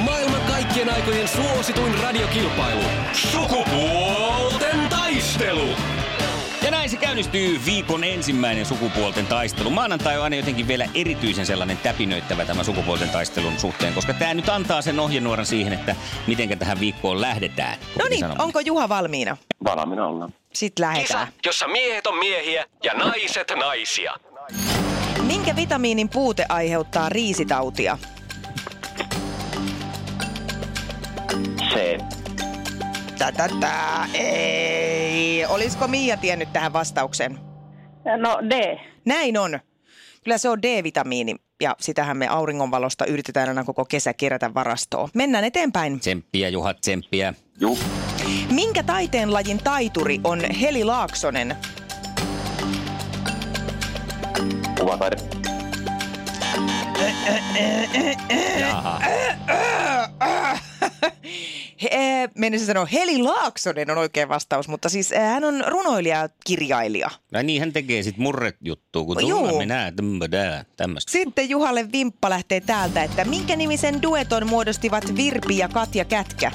Maailman kaikkien aikojen suosituin radiokilpailu. Sukupuolten taistelu. Ja näin se käynnistyy viikon ensimmäinen sukupuolten taistelu. Maanantai on aina jotenkin vielä erityisen sellainen täpinöittävä tämä sukupuolten taistelun suhteen, koska tämä nyt antaa sen ohjenuoran siihen, että miten tähän viikkoon lähdetään. No niin, onko Juha valmiina? Valmiina ollaan. Sitten lähdetään. jossa miehet on miehiä ja naiset naisia. Minkä vitamiinin puute aiheuttaa riisitautia? C. Tätätä, ei. Olisiko Miia tiennyt tähän vastauksen? No D. Näin on. Kyllä se on D-vitamiini ja sitähän me auringonvalosta yritetään aina koko kesä kerätä varastoon. Mennään eteenpäin. Tsemppiä, Juha, tsemppiä. Juh. Minkä taiteenlajin taituri on Heli Laaksonen? Kuvataide. Jaha. He- eh, Menisin sanoa, Heli Laaksonen on oikea vastaus, mutta siis eh, hän on runoilija ja kirjailija. No niin, hän tekee sit murret juttu, kun No tulla juu. minä, tämmö, dää, tämmöstä. Sitten Juhalle vimppa lähtee täältä, että minkä nimisen dueton muodostivat Virpi ja Katja Kätkä?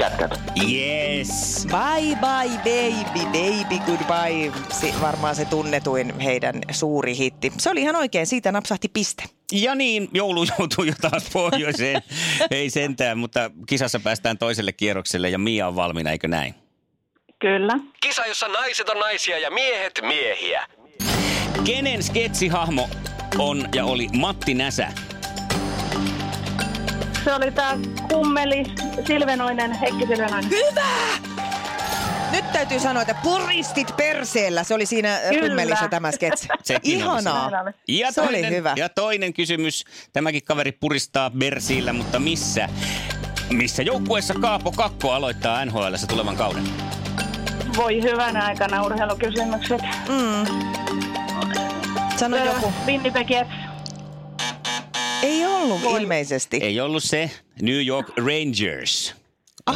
Jätkät. Yes. Bye bye baby, baby goodbye. Si- varmaan se tunnetuin heidän suuri hitti. Se oli ihan oikein, siitä napsahti piste. Ja niin, joulu joutuu jo taas pohjoiseen. Ei sentään, mutta kisassa päästään toiselle kierrokselle ja Mia on valmiina, eikö näin? Kyllä. Kisa, jossa naiset on naisia ja miehet miehiä. Kenen sketsihahmo on ja oli Matti Näsä? Se oli tää kummeli Silvenoinen, Heikki Silvenoinen. Nyt täytyy sanoa, että puristit perseellä. Se oli siinä ö, Kyllä. kummelissä tämä sketsi. Sekin oli Ihanaa. se. Ja Se oli hyvä. Ja toinen kysymys. Tämäkin kaveri puristaa Bersiillä, mutta missä? Missä joukkueessa Kaapo Kakko aloittaa nhl tulevan kauden? Voi hyvänä aikana urheilukysymykset. Mm. Sano Ö, joku. Winnipeg Jets. Ei ollut ilmeisesti. Ei ollut se New York Rangers.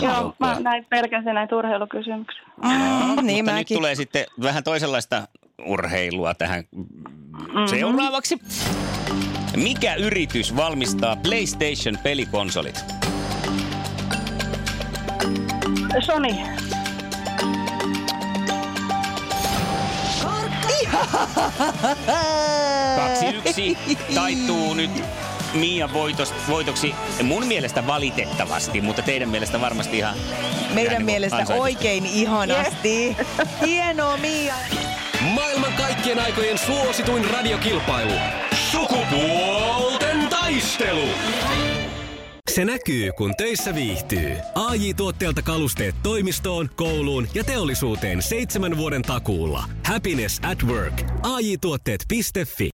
Joo, mä näin pelkäsin näitä urheilukysymyksiä. Mm, niin mutta nyt mäkin. tulee sitten vähän toisenlaista urheilua tähän mm-hmm. seuraavaksi. Mikä yritys valmistaa PlayStation-pelikonsolit? Sony. Kaksi yksi taittuu nyt Mia voitost, voitoksi mun mielestä valitettavasti, mutta teidän mielestä varmasti ihan... ihan niin Meidän kuin mielestä ansaitusti. oikein ihanasti. Hienoa Mia. Maailman kaikkien aikojen suosituin radiokilpailu. Sukupuolten taistelu. Se näkyy, kun töissä viihtyy. aj tuotteelta kalusteet toimistoon, kouluun ja teollisuuteen seitsemän vuoden takuulla. Happiness at work. AJ-tuotteet.fi